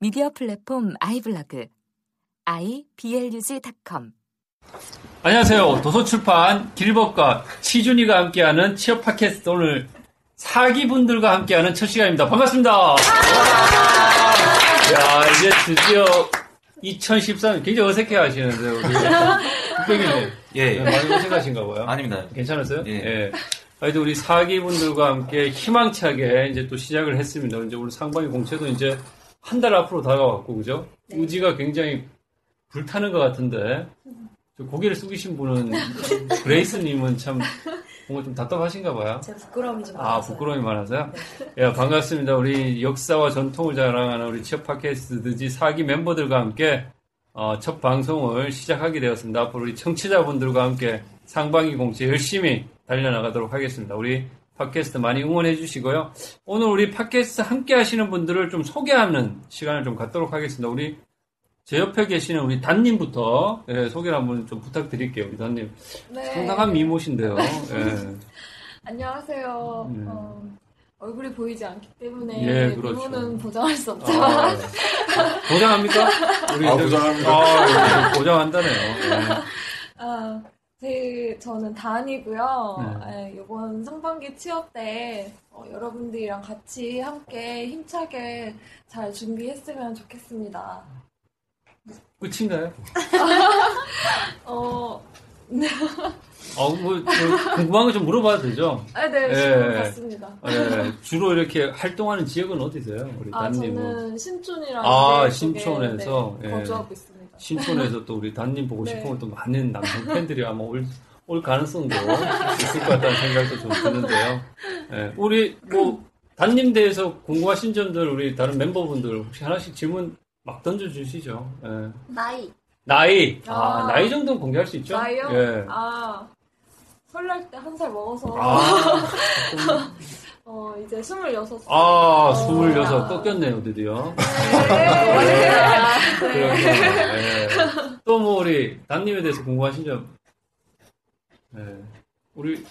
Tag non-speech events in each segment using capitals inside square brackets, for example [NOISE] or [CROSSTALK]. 미디어 플랫폼 아이블로그 iblog.com 안녕하세요. 도서출판 길법과 시준이가 함께하는 취업 팟캐스트 오늘 사기분들과 함께하는 첫 시간입니다. 반갑습니다. 야 이제 드디어 2013 굉장히 어색해 하시는데요. 우리 국백이님 예. 네, 많이 어색하신가 봐요. 아닙니다. 괜찮으세요? 예. 하여튼 우리 사기분들과 함께 희망차게 이제 또 시작을 했습니다. 이제 우리 상반기 공채도 이제 한 달 앞으로 다가왔고, 그죠? 네. 우지가 굉장히 불타는 것 같은데, 저 고개를 숙이신 분은, 그레이스님은 참, 뭔가 좀 답답하신가 봐요. 제가 부끄러움이 좀 네. 아, 많아서. 부끄러움이 많아서요? 예, 반갑습니다. 우리 역사와 전통을 자랑하는 우리 취업 팟캐스트 드지 사기 멤버들과 함께 어, 첫 방송을 시작하게 되었습니다. 앞으로 우리 청취자분들과 함께 상반기 공채 열심히 달려나가도록 하겠습니다. 우리 팟캐스트 많이 응원해 주시고요. 오늘 우리 팟캐스트 함께 하시는 분들을 좀 소개하는 시간을 좀 갖도록 하겠습니다. 우리 제 옆에 계시는 우리 단님부터 예, 소개를 한번 좀 부탁드릴게요. 우리 단님. 네. 상당한 미모신데요. 예. 안녕하세요. 네. 어, 얼굴이 보이지 않기 때문에 예, 그렇죠. 미모는 보장할 수 없죠. 아, 보장합니까? 우리 아, 저기- 보장합니다. 아, 예, 보장한다네요. 아, 제, 저는 다은이고요. 네. 예, 요번 상반기 취업 때 어, 여러분들이랑 같이 함께 힘차게 잘 준비했으면 좋겠습니다. 예. 끝인가요? 어, 아, 뭐, 저 궁금한 거 좀 물어봐도 되죠? 아, 네, 예. 지금 봤습니다. 예, 주로 이렇게 활동하는 지역은 어디세요? 우리 아, 단님은. 뭐. 저는 신촌이라는 아, 데 신촌에서, 네, 예. 거주하고 있습니다. [LAUGHS] 신촌에서 또 우리 단님 보고 싶은 네. 것도 많은 남성 팬들이 아마 올, 올 가능성도 있을 것 같다는 생각도 좀 드는데요. 예, 우리 뭐, 단님 대해서 궁금하신 점들 우리 다른 멤버분들 혹시 하나씩 질문 막 던져주시죠. 예. 나이. 나이. 아, 아. 나이 정도는 공개할 수 있죠? 나이요? 예. 아, 설날 때 한 살 먹어서. 아, 어, 이제 어. 26. 아, 26 꺾였네요, 드디어. 네. 그렇군요. 예. 또뭐 우리 단님에 대해서 궁금하신 점. 예. 우리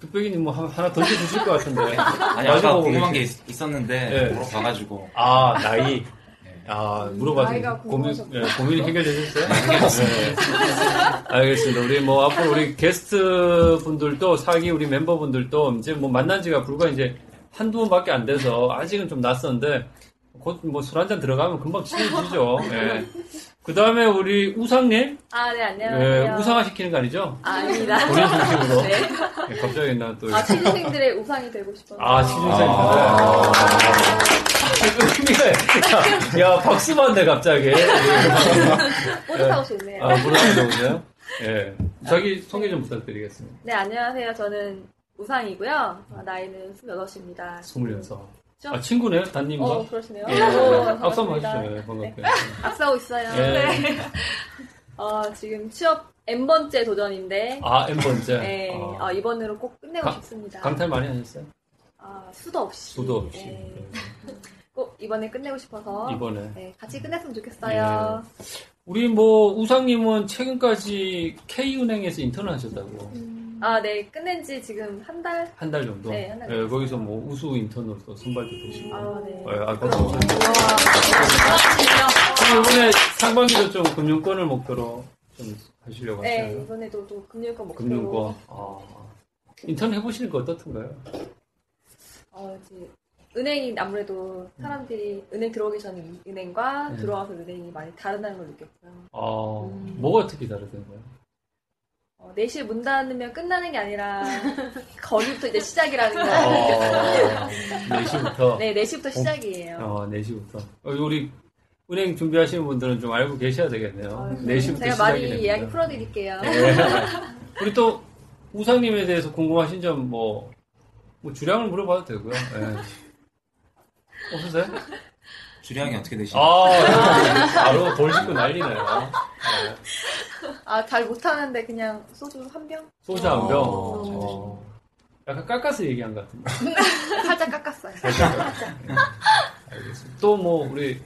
뚝배기님 뭐 하- 하나 던져 주실 것 같은데. 아니 나중에 아까 보고 궁금한 게 계시- 있, 있었는데 예. 물어봐가지고 아, 나이. 네. 아, 음, 물어봐서 나이가 고민, 궁금하셨구나. 예, 고민이 해결되셨어요? 네. 알겠습니다. 우리 뭐 앞으로 우리 게스트 분들도 사기 우리 멤버분들도 이제 뭐 만난 지가 불과 이제 한두 번밖에 안 돼서 아직은 좀 낯선데 곧 뭐 술 한 잔 들어가면 금방 친해지죠. 예. 그 다음에 우리 우상님? 아, 네, 예, 안녕하세요. 우상화 시키는 거 아니죠? 아, 아닙니다. 본인 중심으로. 네. 예, 갑자기 나 또. 아, 취준생들의 우상이 되고 싶어서. 아, 시중생. 아. 의미가, 아. 야, 박수 받네, 갑자기. [LAUGHS] 뿌듯하고 좋네요. 아, [LAUGHS] 물어보세요. 예. 자기 소개 좀 부탁드리겠습니다. 네, 안녕하세요. 저는 우상이고요. 아, 나이는 28입니다. 26. 아, 친구네요? 단님과? 어, 그러시네요. 예. 오, 박수 한번 반갑습니다. 해주세요. 예, 반갑게. 악사하고 있어요. 예. 네. 어, 지금 취업 N번째 도전인데, 아, M번째. 네, 아, 어, 이번으로 꼭 끝내고 강- 싶습니다. 강탈 많이 하셨어요? 아, 수도 없이. 수도 없이. 네. 예. 꼭 이번에 끝내고 싶어서. 이번에. 예. 네, 같이 끝냈으면 좋겠어요. 우리 뭐, 우상님은 최근까지 K은행에서 인턴을 하셨다고. 아, 네, 끝낸 지 지금 한 달? 한 달 정도? 네, 한달 예, 거기서 뭐, 우수 인턴으로 또 선발도 되시고. 아, 네. 예, 아, 그렇죠. 그럼 이번에 상반기도 좀 금융권을 목표로 좀 하시려고 네, 하시나요? 이번에도 또 금융권 목표로. 금융권. 아. 인턴 해보시는 거 어떻던가요? 아. 어, 이제 은행이 아무래도 사람들이 은행 들어오기 전에 이 은행과 네. 들어와서 은행이 많이 다르다는 걸 느꼈고요. 아, 뭐가 어떻게 다르던가요? 어, 4시에 문 닫으면 끝나는 게 아니라 [LAUGHS] 거기부터 이제 시작이라는 어. 거. 아, 4시부터? [LAUGHS] 네, 4시부터 시작이에요. 어, 4시부터. 어, 우리 은행 준비하시는 분들은 좀 알고 계셔야 되겠네요. 아이고. 4시부터 제가 시작이 많이 됩니다. 이야기 풀어드릴게요. [LAUGHS] 예. 우리 또 우상님에 대해서 궁금하신 점 뭐, 네. 뭐 주량을 물어봐도 되고요. 예. 없으세요? 주량이 어떻게 되시나요? 아, [LAUGHS] 바로 돌 짚고 난리네요. 네. 아, 잘 못하는데 그냥 소주 한 병? 소주 한 병. 어, 잘 어, 약간 깎아서 얘기한 것 같은데. 네. [LAUGHS] 살짝 깎았어요. 또 뭐 우리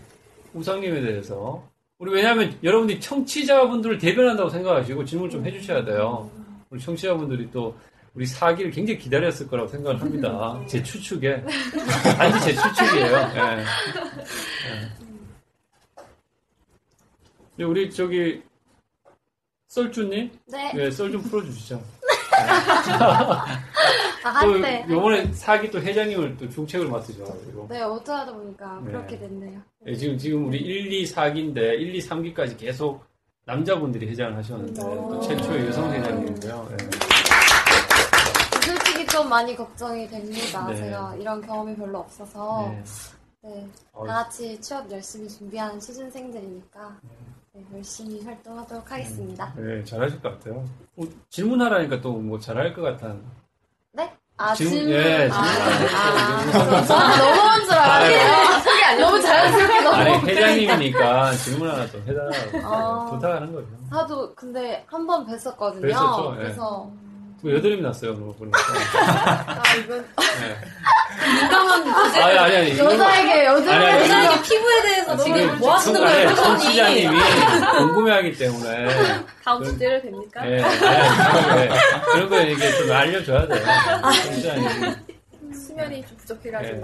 우상님에 대해서 우리 왜냐하면 여러분들이 청취자분들을 대변한다고 생각하시고 질문 좀 해주셔야 돼요. 우리 청취자분들이 또 우리 사기를 굉장히 기다렸을 거라고 생각을 합니다. 제 추측에 단지 제 추측이에요. 예. 예. 근데 우리 저기 썰주님, 네. 예, 썰좀 풀어주시죠. 아, 또 한때. 요번에 사기 또 회장님을 또 중책을 맡으셔가지고. 네, 어쩌다 보니까 네. 그렇게 됐네요. 예, 지금, 지금 우리 1, 2, 4기인데, 1, 2, 3기까지 계속 남자분들이 회장을 하셨는데, 네. 또 최초의 여성 회장님이고요. 예. 솔직히 좀 많이 걱정이 됩니다. 네. 제가 이런 경험이 별로 없어서. 네. 네. 어, 다 같이 취업 열심히 준비하는 시즌생들이니까 네, 열심히 활동하도록 하겠습니다. 예, 잘하실 것 같아요. 어, 질문하라니까 또 뭐 잘할 것 같은. 아, 질- 질문. 예, 아, 질문. 아, 저는 넘어간 줄 알았네요. 소개 안 너무 자연스럽게 아니, 넘어오고. 회장님이니까 질문 하나 좀 해달라고 어. 부탁하는 거죠. 하도 근데 한 번 뵀었거든요. 뵀었죠, 예. 그래서 뭐 여드름이 났어요, 그러고 보니까. 아, 이건 예. 민감한 아니, 아니, 아니. 이거- 여자에게 아니, 아니, 아, 여자에게 여자에게 피부에 대해서 지금 그 너무 뭐 하시는 지금 거예요? 아니, 청취자님이 궁금해하기 때문에 다음 주 때려 됩니까? 예, 예, 예. 그런 거 이게 좀 알려줘야 돼요. 진짜 수면이 좀 부족해가지고 네.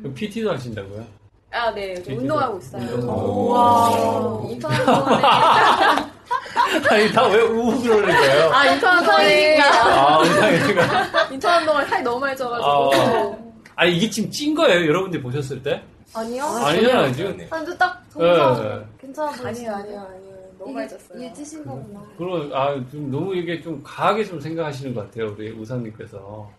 있어요. PT도 하신다고요? 아, 네. 좀 PT도. 운동하고 있어요. 오. 와, 인터넷 동안에. [LAUGHS] 아니, 다 왜 우울을 거예요? 아, 인터넷 동안에. 아, 이상해가. 인터넷 동안에 살이 너무 많이 아. 쪄가지고. 아니, 이게 지금 찐 거예요, 여러분들 보셨을 때? 아니요. 아니잖아요, 지금. 한도 딱 예. 동상 괜찮아 보이시는데. 아니요, 아니요, 아니요. 너무 많이 이게, 쪘어요. 이게 찌신 거구나. 그럼, 아, 좀 너무 이게 좀 과하게 좀 생각하시는 것 같아요, 우리 우상님께서.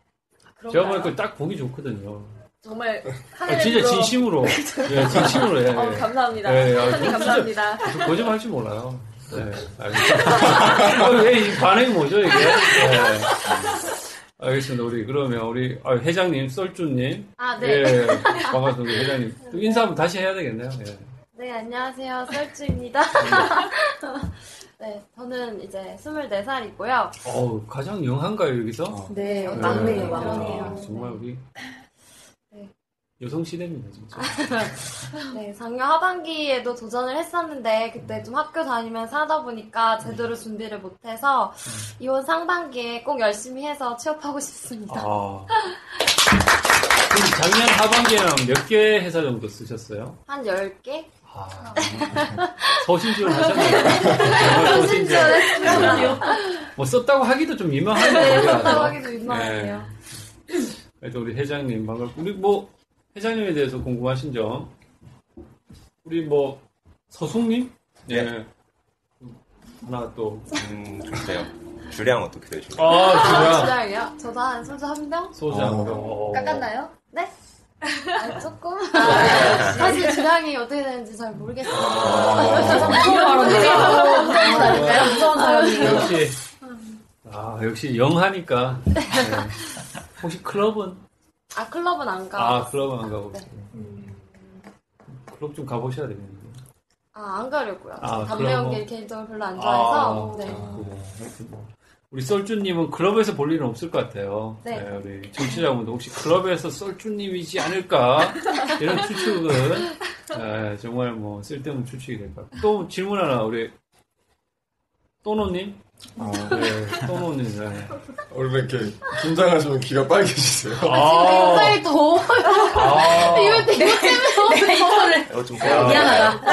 제가 그런가요? 보니까 딱 보기 좋거든요. 정말 아, 하늘로 진짜 진심으로. [LAUGHS] 예, 진심으로 해요. 어, 감사합니다. 예, 예, 아, 선생님 진짜- [LAUGHS] 감사합니다. 저 거짓말 할 줄 몰라요. [LAUGHS] 네, 알겠습니다. 어, 왜이 반응이 뭐죠, 이게? 네. [LAUGHS] 알겠습니다. 우리, 그러면 우리 아, 회장님, 썰주님. 아, 네. 예, 반갑습니다. 우리 회장님. 또 인사 한번 다시 해야 되겠네요. 예. 네, 안녕하세요. [LAUGHS] 썰주입니다. 네, 저는 이제 24살이고요. 어우, 가장 영한가요, 여기서? 어. 네, 네, 막내예요, 아, 막내예요. 정말 우리 네. 아, 여성시대입니다, 진짜. 네, 작년 하반기에도 도전을 했었는데 그때 음. 좀 학교 다니면서 하다 보니까 제대로 준비를 못해서 음. 이번 상반기에 꼭 열심히 해서 취업하고 싶습니다. 아. 그럼 작년 하반기에는 몇 개 회사 정도 쓰셨어요? 한 10개? 아, 서신지원 하셨네요. 심지어 뭐 썼다고 하기도 좀 민망하네요. 썼다고 하기도 민망하네요. 그래도 우리 회장님 반갑고 우리 뭐 회장님에 대해서 궁금하신 점 우리 뭐 서숙님 네. 예. 하나 또 음, 좋네요. 주량 어떻게 되시나요? 아, 진짜 기다려요. 저도 한 소주 한 병? 소주 어. 한 병. 어. 깎았나요? [LAUGHS] 네? 아, 조금? 네. 아, 사실 주량이 어떻게 되는지 잘 모르겠어요. 감사합니다. 어, 무서운 어, 사람이에요. 역시 아 역시 영하니까 네. 혹시 클럽은 아, 클럽은 안 가. 아 클럽은 안 가고 있어요. 클럽 좀 가보셔야 되겠네요. 아, 안 가려고요. 아, 담배 그럼 연기 뭐. 개인적으로 별로 안 좋아해서. 아, 네. 그렇구나. 그렇구나. 우리 썰주님은 클럽에서 볼 일은 없을 것 같아요. 네. 우리 정치자분도 혹시 클럽에서 썰주님이지 않을까 이런 추측은 네, 정말 뭐 쓸데없는 추측이 될 것 같고 또 질문 하나 우리 또노님, 어, 네, 또노님. 네. 원래 이렇게 긴장하시면 귀가 빨개지세요. 그 아, 네. 굉장히 더워. 아, 이거 때문에 더워요. 이거 좀 아, 예, 예,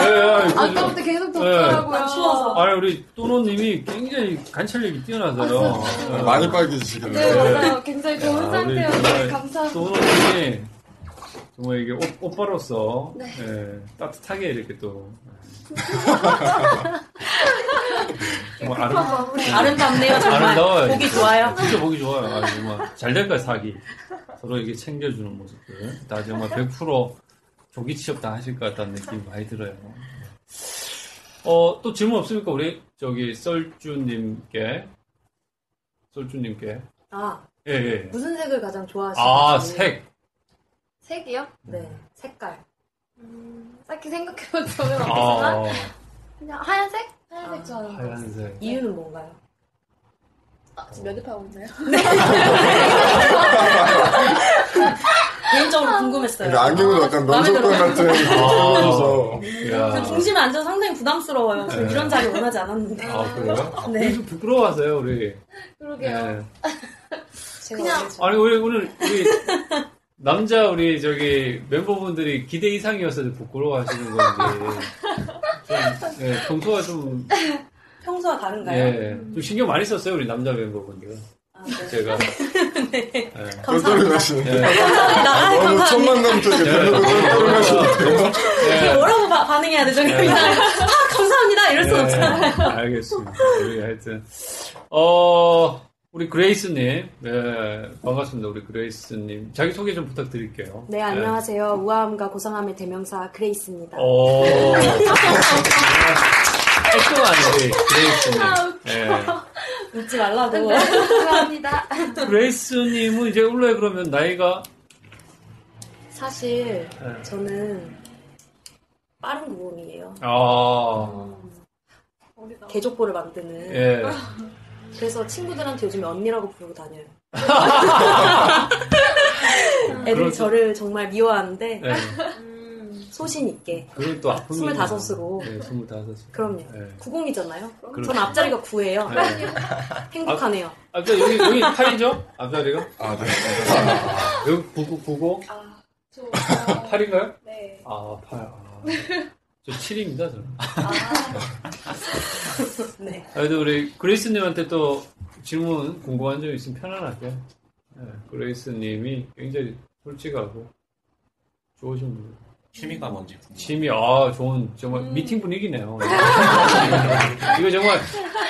이거 좀- 아까부터 계속 덥더라고요. 난 추워서. 아니 우리 또노님이 굉장히 관찰력이 뛰어나서요. 아, 네. 많이 네, 빨개지시길래. 맞아요. 굉장히 야, 좋은 우리 정말 네, 상태여서 감사합니다. 도노님이 정말 이게 옷, 오빠로서 네. 예, 따뜻하게 이렇게 또 [LAUGHS] 정말 아름, 아름답네요, 아름다워요. 보기 진짜. 좋아요. 진짜 보기 좋아요. 아, 정말 잘 될 거야 사기. 서로 이게 챙겨주는 모습들. 나 정말 100% 조기 취업 다 하실 것 같다는 느낌 많이 들어요. 어, 또 질문 없습니까? 우리 저기 썰주님께 썰주님께 아, 예, 아, 예. 무슨 색을 가장 좋아하시는지. 아, 색. 색이요? 네, 색깔. 딱히 생각해본 적은 없지만 어, 그냥 하얀색? 하얀색 좋아하는 거. 하얀색. 이유는 뭔가요? 네. 아, 지금 연습하고 [LAUGHS] 있나요? [LAUGHS] 개인적으로 궁금했어요. 근데 그러니까 안경도 약간 면접관 같은 [LAUGHS] 어. 그려져서 야. 저 중심에 앉아서 상당히 부담스러워요. 저 네. 이런 자리 원하지 않았는데. 아, 그래요? 네. 좀 부끄러워서요, 우리. 그러게요. 예. 그냥 아니, 우리, 오늘, 우리, 남자, 우리, 저기, 멤버분들이 기대 이상이어서 좀 부끄러워하시는 건데. 좀, 예, 평소와 좀, 평소와 다른가요? 예, 좀 신경 많이 썼어요, 우리 남자 멤버분들. 아, 네. [LAUGHS] 제가. 예. 똘똘이 나시는 예. 나- 너무 첫 아, 감사합니다. 만남부터 네, 이렇게 별로 똘똘이 나시는데요 이게 뭐라고 바- 반응해야 되죠? 그럼 이상하게. 아, 감사합니다! 이럴 순 예, 없잖아요. 네. 알겠습니다. 우리 하여튼 어 우리 그레이스님, 예, 반갑습니다. 우리 그레이스님 자기 소개 좀 부탁드릴게요. 네, 안녕하세요. 우아함과 고상함의 대명사 그레이스입니다. 어. 깔끔한 우리 아, 그레이스님. 웃지 말라고. 감사합니다. 예. 그레이스님은 이제 원래 그러면 나이가 [LAUGHS] 사실 예. 저는 빠른 구범이에요. 아 개족보를 만드는. 예. 그래서 친구들한테 요즘에 언니라고 부르고 [LAUGHS] 다녀요. 애들이 그럴 수- 저를 정말 미워하는데 예. 소신 있게. 그건 또 아픈 일이네요. 25 으로. 예, 25. 그럼요. 예. 90이잖아요. 그렇죠. 전 앞자리가 9예요. 예. [LAUGHS] 행복하네요. 아까 그러니까 여기 여기 팔이죠? 앞자리가? 아, 네. 여기 구구 구고 저, 팔인가요? 네. 아, 팔. 아. 저 7입니다, 저는. 아. [LAUGHS] 아, 네. 그래도 우리 그레이스님한테 또 질문 궁금한 점 있으면 편안하게. 네, 그레이스님이 굉장히 솔직하고 좋으신 분. 취미가 뭔지 궁금해요. 취미, 아, 좋은, 정말 음. 미팅 [LAUGHS] 분위기네요. 이거 정말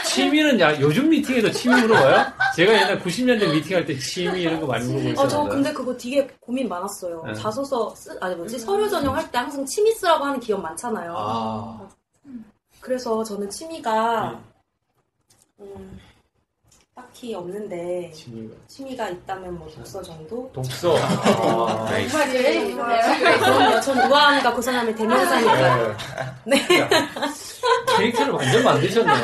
취미는 야, 요즘 미팅에도 취미 물어봐요? 제가 옛날 90년대 미팅할 때 취미 이런 거 많이 물어보셨어요. 어, 저 근데 그거 되게 고민 많았어요. 네. 자소서, 쓰, 아니 음. 뭐지, 서류 전형 할 때 항상 취미 쓰라고 하는 기업 많잖아요. 아, 그래서 저는 취미가, 음, 딱히 없는데, 네. 취미가. 취미가 있다면 뭐 독서 정도? 독서. 아. 네. 제일 궁금해요. 그럼요. 전 우아함과 고상함의 대명사니까요. 네. 네. 캐릭터를 완전 만드셨네요.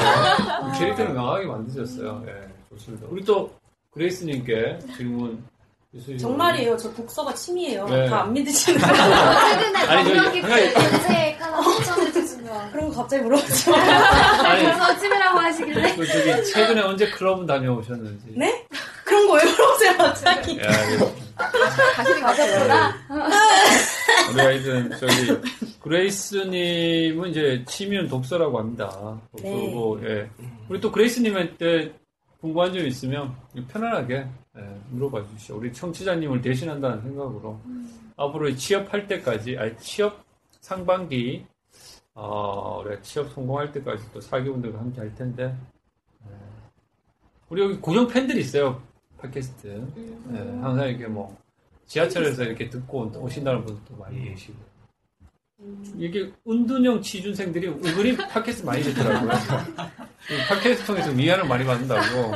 캐릭터를 명확하게 만드셨어요. 예, 좋습니다. 우리 또 그레이스님께 질문 있으시죠? 정말이에요. 저 독서가 취미예요. 네. 다 안 믿으시는 [LAUGHS] 최근에 아니, 저기, 감명 깊은 하나 책 하나 추천해 주시면 그런 거 갑자기 물어보죠. 아니, 그래서 찜이라고 하시길래 그 저기 최근에 언제 클럽 다녀오셨는지. 네? 그런 거 왜 물어보세요, 갑자기? 예, 알겠습니다. 아, 다시 가셨구나. 우리 아. 하여튼 저기 그레이스님은 이제 취미는 독서라고 합니다. 독서고 예. 우리 또 그레이스님한테 궁금한 점 있으면 편안하게 예, 물어봐 주시오. 우리 청취자님을 대신한다는 생각으로 앞으로 취업할 때까지, 아니 취업 상반기, 어, 우리가 취업 성공할 때까지 또 사기분들과 함께 할 텐데 예. 우리 여기 고정 팬들이 있어요. 팟캐스트. 예, 항상 이렇게 뭐 지하철에서 이렇게 듣고 오신다는 분도 많이 계시고. 이게 은둔형 취준생들이 은근히 팟캐스트 많이 듣더라고요. 이 팟캐스트 통해서 미안을 많이 받는다고.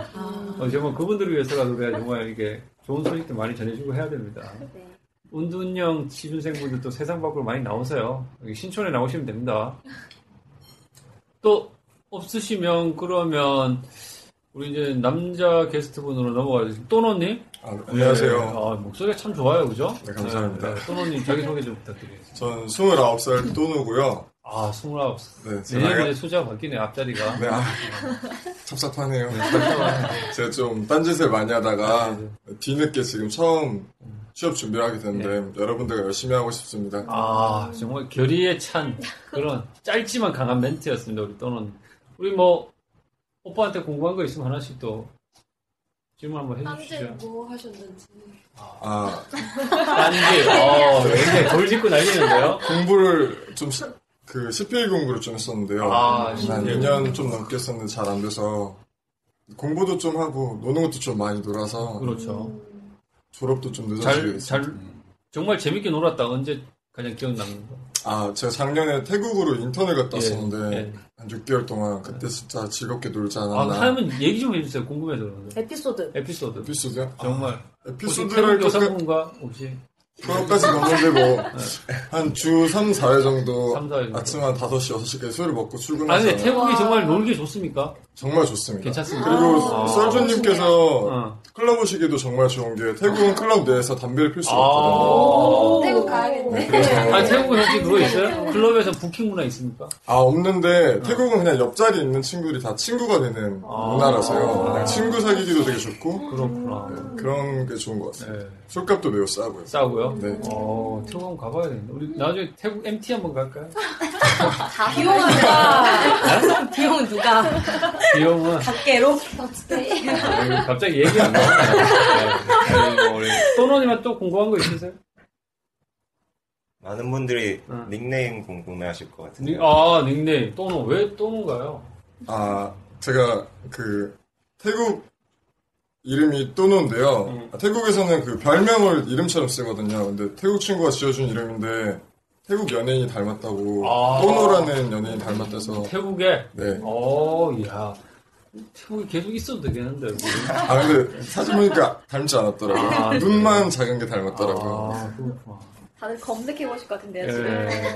어, 정말 그분들을 위해서라도 우리가 정말 이렇게 좋은 소식도 많이 전해주고 해야 됩니다. 은둔형 취준생분들도 세상 밖으로 많이 나오세요. 여기 신촌에 나오시면 됩니다. 또 없으시면 그러면 우리 이제 남자 게스트분으로 넘어가야 되 또노님? 아, 안녕하세요. 네, 아, 목소리가 참 좋아요, 그죠? 네, 감사합니다. 또노님 자기소개 좀 부탁드리겠습니다. 전 29살 또누고요. 아, 29. 네, 제 내일 나이가 이제 소재가 바뀌네, 앞자리가. 네, 아, 찹찹하네요. 제가 좀 딴짓을 많이 하다가 뒤늦게 지금 처음 취업 준비를 하게 됐는데 여러분들과 열심히 하고 싶습니다. [LAUGHS] 아, 정말 결의에 찬 그런 짧지만 강한 멘트였습니다, 우리 또노님. 우리 뭐, 오빠한테 궁금한 거 있으면 하나씩 또 질문 한번 해주시죠. 뭐 하셨는지. 아, 딴지, 어, 굉장히 돌 짚고 날리는데요. 공부를 좀, 시- 그, 10일 공부를 좀 했었는데요. 아, 한 10일. 2년 좀 넘게 했었는데 잘 안 돼서 공부도 좀 하고 노는 것도 좀 많이 놀아서 그렇죠. 음. 졸업도 음. 좀 늦어지게 잘, 됐어요. 잘, 정말 재밌게 놀았다. 언제 가장 기억나는 거? 아, 제가 작년에 태국으로 인턴을 갔다 예, 왔었는데 예. 한 6개월 동안 그때 진짜 즐겁게 놀지 아, 않았나. 하면 얘기 좀 해주세요. 궁금해서 그러는데. 에피소드. 에피소드. 에피소드요? 정말. 아, 혹시 태국 에피소드를 끝까- 여성분과 혹시 [LAUGHS] 졸업까지 예. 넘어지고 한 주 3, 4회 정도 정도. 아침 한 5시, 6시까지 술을 먹고 아니, 출근해서 근데 태국이 정말 놀기 좋습니까? 정말 좋습니다. 괜찮습니다. 그리고 아. 어. 썰준님께서 클럽 오시기도 정말 좋은 게 태국은 클럽 내에서 담배를 필 수가 아. 없거든요. 태국 [LAUGHS] 가야겠네. 아니, 태국은 혹시 그거 있어요? 클럽에서 부킹 문화 있습니까? 아 없는데 어. 태국은 그냥 옆자리 있는 친구들이 다 친구가 되는 아. 문화라서요. 그냥 친구 사귀기도 되게 좋고 그렇구나. 음, 그런 게 좋은 것 같아요. 술값도 매우 싸고요. 네. 싸고요. 네. 어, 태국 한번 가봐야 되는데. 우리 나중에 태국 MT 한번 갈까요? 비용한다. 비용 누가? 네? 비용은 밖에로? 아니, 갑자기 얘기 안 네. 나오네. 또노님은 또 궁금한 거 있으세요? 많은 분들이 닉네임 궁금해하실 것 닉- 같은데. 아, 닉네임. 또노. 왜 또노인가요? 아, 제가 그 태국 이름이 또노인데요. 아, 태국에서는 그 별명을 이름처럼 쓰거든요. 근데 태국 친구가 지어준 이름인데 태국 연예인이 닮았다고 아. 또노라는 연예인 닮았대서 태국에? 네. 어, 이야. 태국이 계속 있어도 되겠는데, 여기. 아 근데 사진 보니까 닮지 않았더라고요. 아, 눈만 작은 게 닮았더라고요. 아, 그렇구나. 다들 검색해 보실 것 같은데요, 지금. 예.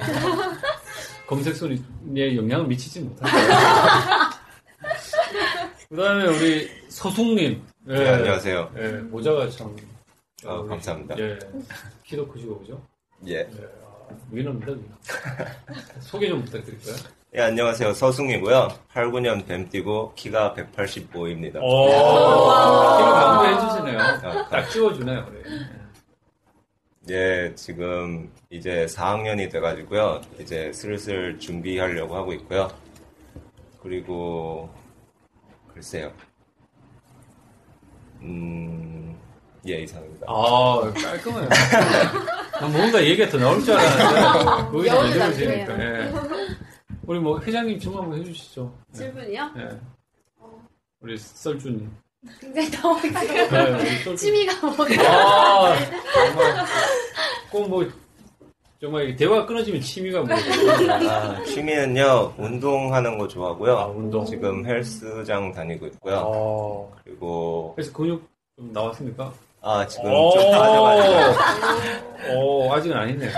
검색 소리에 영향을 미치지 못한다. [LAUGHS] 그 다음에 우리 서숙님. 예. 네, 안녕하세요. 예, 모자가 참. 아, 감사합니다. 예. 키도 크시고, 그죠? 예. 예. 아, 위너입니다, 위너. [LAUGHS] 소개 좀 부탁드릴까요? 예, 안녕하세요. 서승이고요. 8, 9년 뱀띠고 키가 185입니다. 오, 키를 강조해주시네요. 아, 딱 찍어주네요. 예. 예, 지금 이제 4학년이 돼가지고요. 이제 슬슬 준비하려고 하고 있고요. 그리고 글쎄요. 음, 예, 이상입니다. 아, 깔끔해요. 난 뭔가 얘기가 더 나올 줄 알았는데, 거기서 여운이 만들어지니까 우리 뭐, 회장님 질문 한번 해주시죠. 예. 질문이요? 예. 우리 썰준님. 굉장히 너무 예, 우리 썰준. 취미가 뭐가? 아, 정말. 꼭 뭐, 정말 이 대화가 끊어지면 취미가 [LAUGHS] 뭐. 아, 취미는요, 운동하는 거 좋아하고요. 아, 운동. 지금 헬스장 다니고 있고요. 아, 그리고, 그래서 근육 좀 나왔습니까? 아, 지금 오. 좀 빠져가지고. 오, 아직은 아니네요.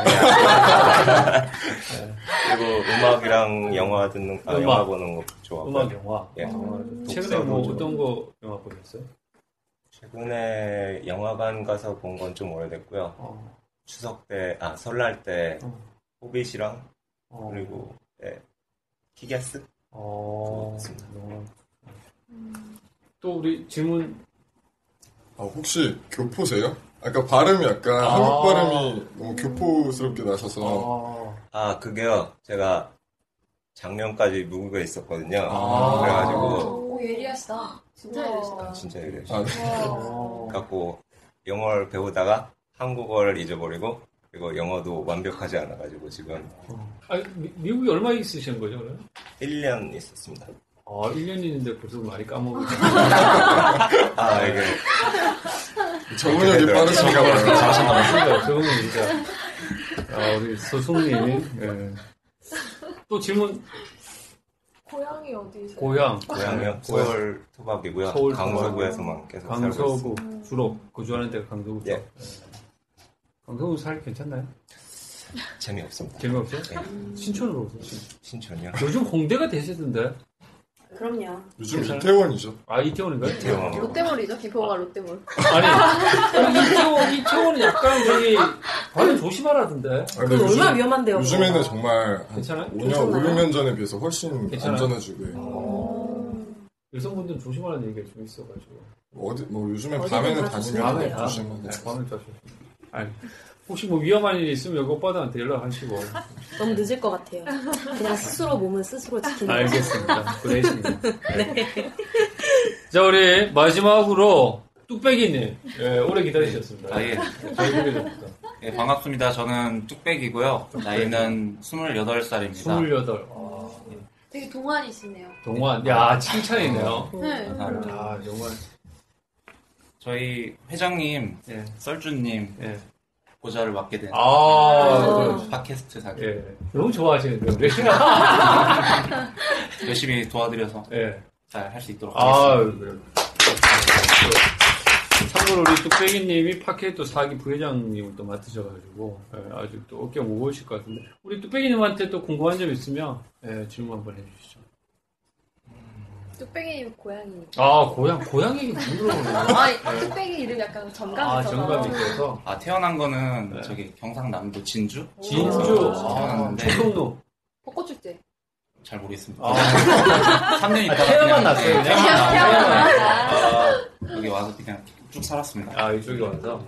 그리고 음악이랑 영화 듣는, 아, 음악. 영화 보는 거 좋아하고요. 음악, 네, 영화. 예. 최근에 뭐 독서도 어떤 거 영화 보셨어요? 최근에 영화관 가서 본 건 좀 오래됐고요. 어. 추석 때, 아, 설날 때, 어. 호빗이랑, 어. 그리고, 예, 키게스? 어, 좋습니다. 어. 또 우리 질문 아, 혹시 교포세요? 아까 발음이 약간 아. 한국 발음이 너무 교포스럽게 나셔서 어. 아, 그게요. 제가 작년까지 미국에 있었거든요. 아. 그래가지고, 오, 예리하시다. 진짜 예리하시다. 아, 진짜 이래. 아, 어. 갖고, 영어를 배우다가 한국어를 잊어버리고, 그리고 영어도 완벽하지 않아가지고, 지금 아, 미, 미국에 얼마 있으신 거죠, 그럼? 1년 있었습니다. 아, 1년 있는데 벌써 많이 까먹었네. 아, 이게, 적응력이 네, 네. [LAUGHS] 빠르신가 봐요. 맞습니다. 저는 진짜. 아, 우리 소송님. 예. 또 질문, 고향이 어디세요? 고향. 고향이요? 고향. 서울 토박이고요. 네. 서울 강서구에서만 계속 살고 있습니다. 강서구, 주로 거주하는 데가 강서구죠. 예. 강서구 살 괜찮나요? 재미없습니다. 재미없어요? 예. 신촌으로 음. 오세요. 신촌. 신촌이요? 요즘 홍대가 대세던데. 그럼요. 요즘 이태원이죠. 아, 이태원인가요? 이태원. 롯데몰이죠, 비포가 롯데몰. 아니, 이태원, 이태원은 약간 저기, 발음 조심하라던데. 아, 근데 그건 요즘- 얼마나 위험한데요. 그거. 요즘에는 정말 한 괜찮아요? 5년, 5, 6년 전에 비해서 훨씬 괜찮아요? 안전해지고요. 예. 여성분들은 조심하라는 얘기가 좀 있어가지고. 어디, 뭐 요즘에 어디든 밤에는 다 다니면 다 네, 조심하네. 밤에 다 조심. 아니, 혹시 뭐 위험한 일이 있으면 여기 오빠들한테 연락하시고. 너무 늦을 것 같아요. [LAUGHS] 그냥 스스로 몸은 스스로 지키는 거. 알겠습니다. [LAUGHS] 네. 고생했습니다. 자, 우리 마지막으로 뚝배기님. 예, 오래 기다리셨습니다. 아, 예. 저희 소개해줍니다. 예, 반갑습니다. 저는 뚝배기고요. 나이는 28살입니다. 28. 아, 되게 동안이시네요. 동안. 야, 아, 칭찬이네요. 네. 감사합니다. 아, 정말. 저희 회장님, 예, 썰주님 예. 보좌를 맡게 된 아, 팟캐스트 사기 예. 너무 좋아하시는데요. 우리. 열심히 도와드려서 예. 잘 할 수 있도록 아, 하겠습니다. 그래요. 참고로 우리 뚝배기님이 파켓도 사기 부회장님을 또 맡으셔가지고 예, 아직 또 어깨 무거우실 것 같은데 우리 뚝배기님한테 또 궁금한 점 있으면 예, 질문 한번 해주시죠. 뚝배기 고양이니까. 아 고양 고양이 아, 아, 뚝배기 이름 약간 정감 있어서. 아, 태어난 거는 저기 경상남도 진주? 네. 진주. 거기서 아, 태어났는데. 초동로. 벚꽃축제. 잘 모르겠습니다. 네. 아. 3년 있다가 태어만 났어요, 그냥? 아, 태어만 태어만 나왔어요. 났어요. 아, 여기 와서 그냥 쭉 살았습니다. 아 이쪽에 와서.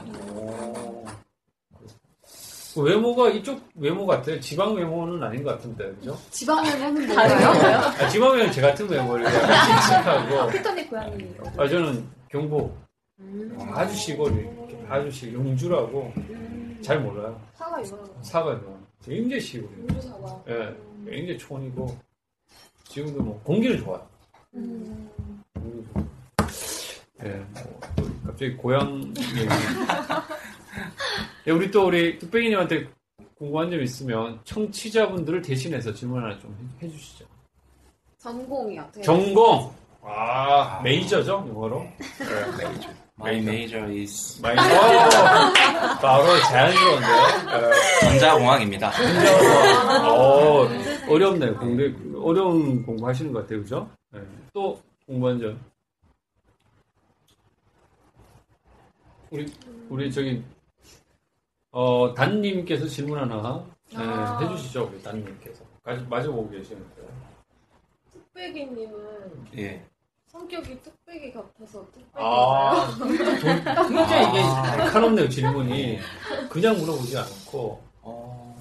외모가 이쪽 외모 같아요. 지방 외모는 아닌 것 같은데 그죠? 지방을 하는 아, 지방 외모는 제 같은 외모를 씩씩하고. 피터니 고양이. 아 저는 경복 아주 시골 이렇게 아주 시 용주라고 잘 몰라요. 사과 이거라고. 사과죠. 굉장히 시골이에요. 용주 사과. 예, 굉장히 촌이고 지금도 뭐 공기는 좋아요. 음. 예, 뭐, 또 갑자기 고향 얘기. 예, 우리 또 우리 뚝배기님한테 궁금한 점 있으면 청취자분들을 대신해서 질문 하나 좀 해- 해주시죠. 전공이 어떻게 전공 아 메이저죠 영어로 메이저. My major is My major. 어, 바로 자연스러운데요. 전자공학입니다. 어 어렵네요 공부 어려운 공부하시는 것 같아요 그죠? 예. 또 공부한 점 우리 우리 저기 어 단님께서 질문 하나 예, 아. 해주시죠 우리 단님께서 마주 마주 보고 계시는데 뚝배기님은 예. 성격이 뚝배기 같아서 아, 뚝배기. 진짜 이게 날카롭네요, 아, 질문이. 그냥 물어보지 않고. 어,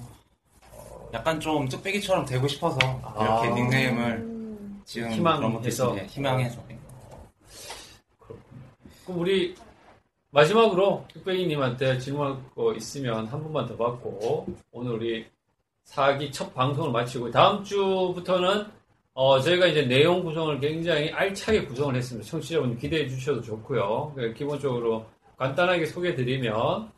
약간 좀 뚝배기처럼 되고 싶어서 이렇게 아. 음. 닉네임을 지금 희망해서. 그런 것도 있습니다. 희망해서. 그럼 우리 마지막으로 뚝배기님한테 질문할 거 있으면 한 번만 더 받고, 오늘 우리 사기 첫 방송을 마치고, 다음 주부터는 어, 저희가 이제 내용 구성을 굉장히 알차게 구성을 했습니다. 청취자분 기대해 주셔도 좋고요. 그 기본적으로 간단하게 소개드리면,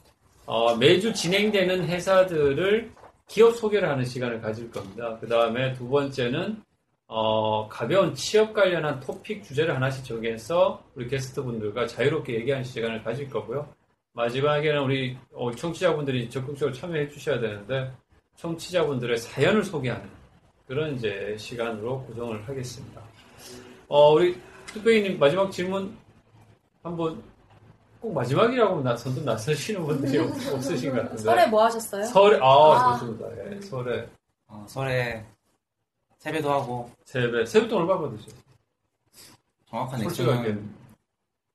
어, 매주 진행되는 회사들을 기업 소개를 하는 시간을 가질 겁니다. 그 다음에 두 번째는 어, 가벼운 취업 관련한 토픽 주제를 하나씩 정해서 우리 게스트분들과 자유롭게 얘기하는 시간을 가질 거고요. 마지막에는 우리 어, 청취자분들이 적극적으로 참여해 주셔야 되는데 청취자분들의 사연을 소개하는 그런 이제 시간으로 구성을 하겠습니다. 어, 우리 뚝배이님 마지막 질문 한번 꼭 마지막이라고 나 선뜻 나서시는 분들이 없- 없으신 것 같은데 설에 뭐 하셨어요? 설에 아, 아. 좋습니다. 예, 설에 어, 설에 세배도 하고 세배 세뱃돈 얼마 받으세요? 정확한 솔직하게 액수는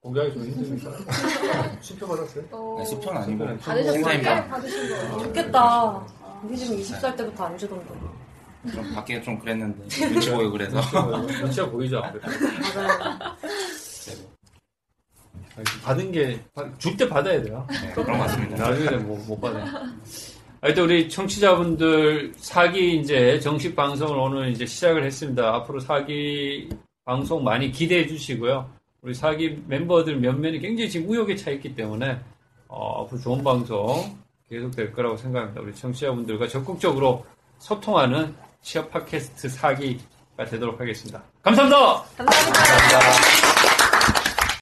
공개하기 좀 힘드니까 [LAUGHS] 수표 받았어요? 네, 수표는 아니고 받으셨어요? 행사입니다. 받으신 거예요? 좋겠다. 우리 집 20살 때부터 안 주던데. 좀 밖에 좀 그랬는데 눈치 보이고 그래서 눈치 보여요. 눈치가 보이죠 아무래도. 네. 받은 게 줄 때 받아야 돼요. 그런 것 같습니다. 나중에 뭐, 못 받아요. 하여튼 우리 청취자분들 사기 이제 정식 방송을 오늘 이제 시작을 했습니다. 앞으로 사기 방송 많이 기대해 주시고요. 우리 사기 멤버들 몇몇이 굉장히 지금 우욕에 차 있기 때문에 어, 앞으로 좋은 방송 계속될 거라고 생각합니다. 우리 청취자분들과 적극적으로 소통하는 취업 팟캐스트 사기가 되도록 하겠습니다. 감사합니다. 감사합니다.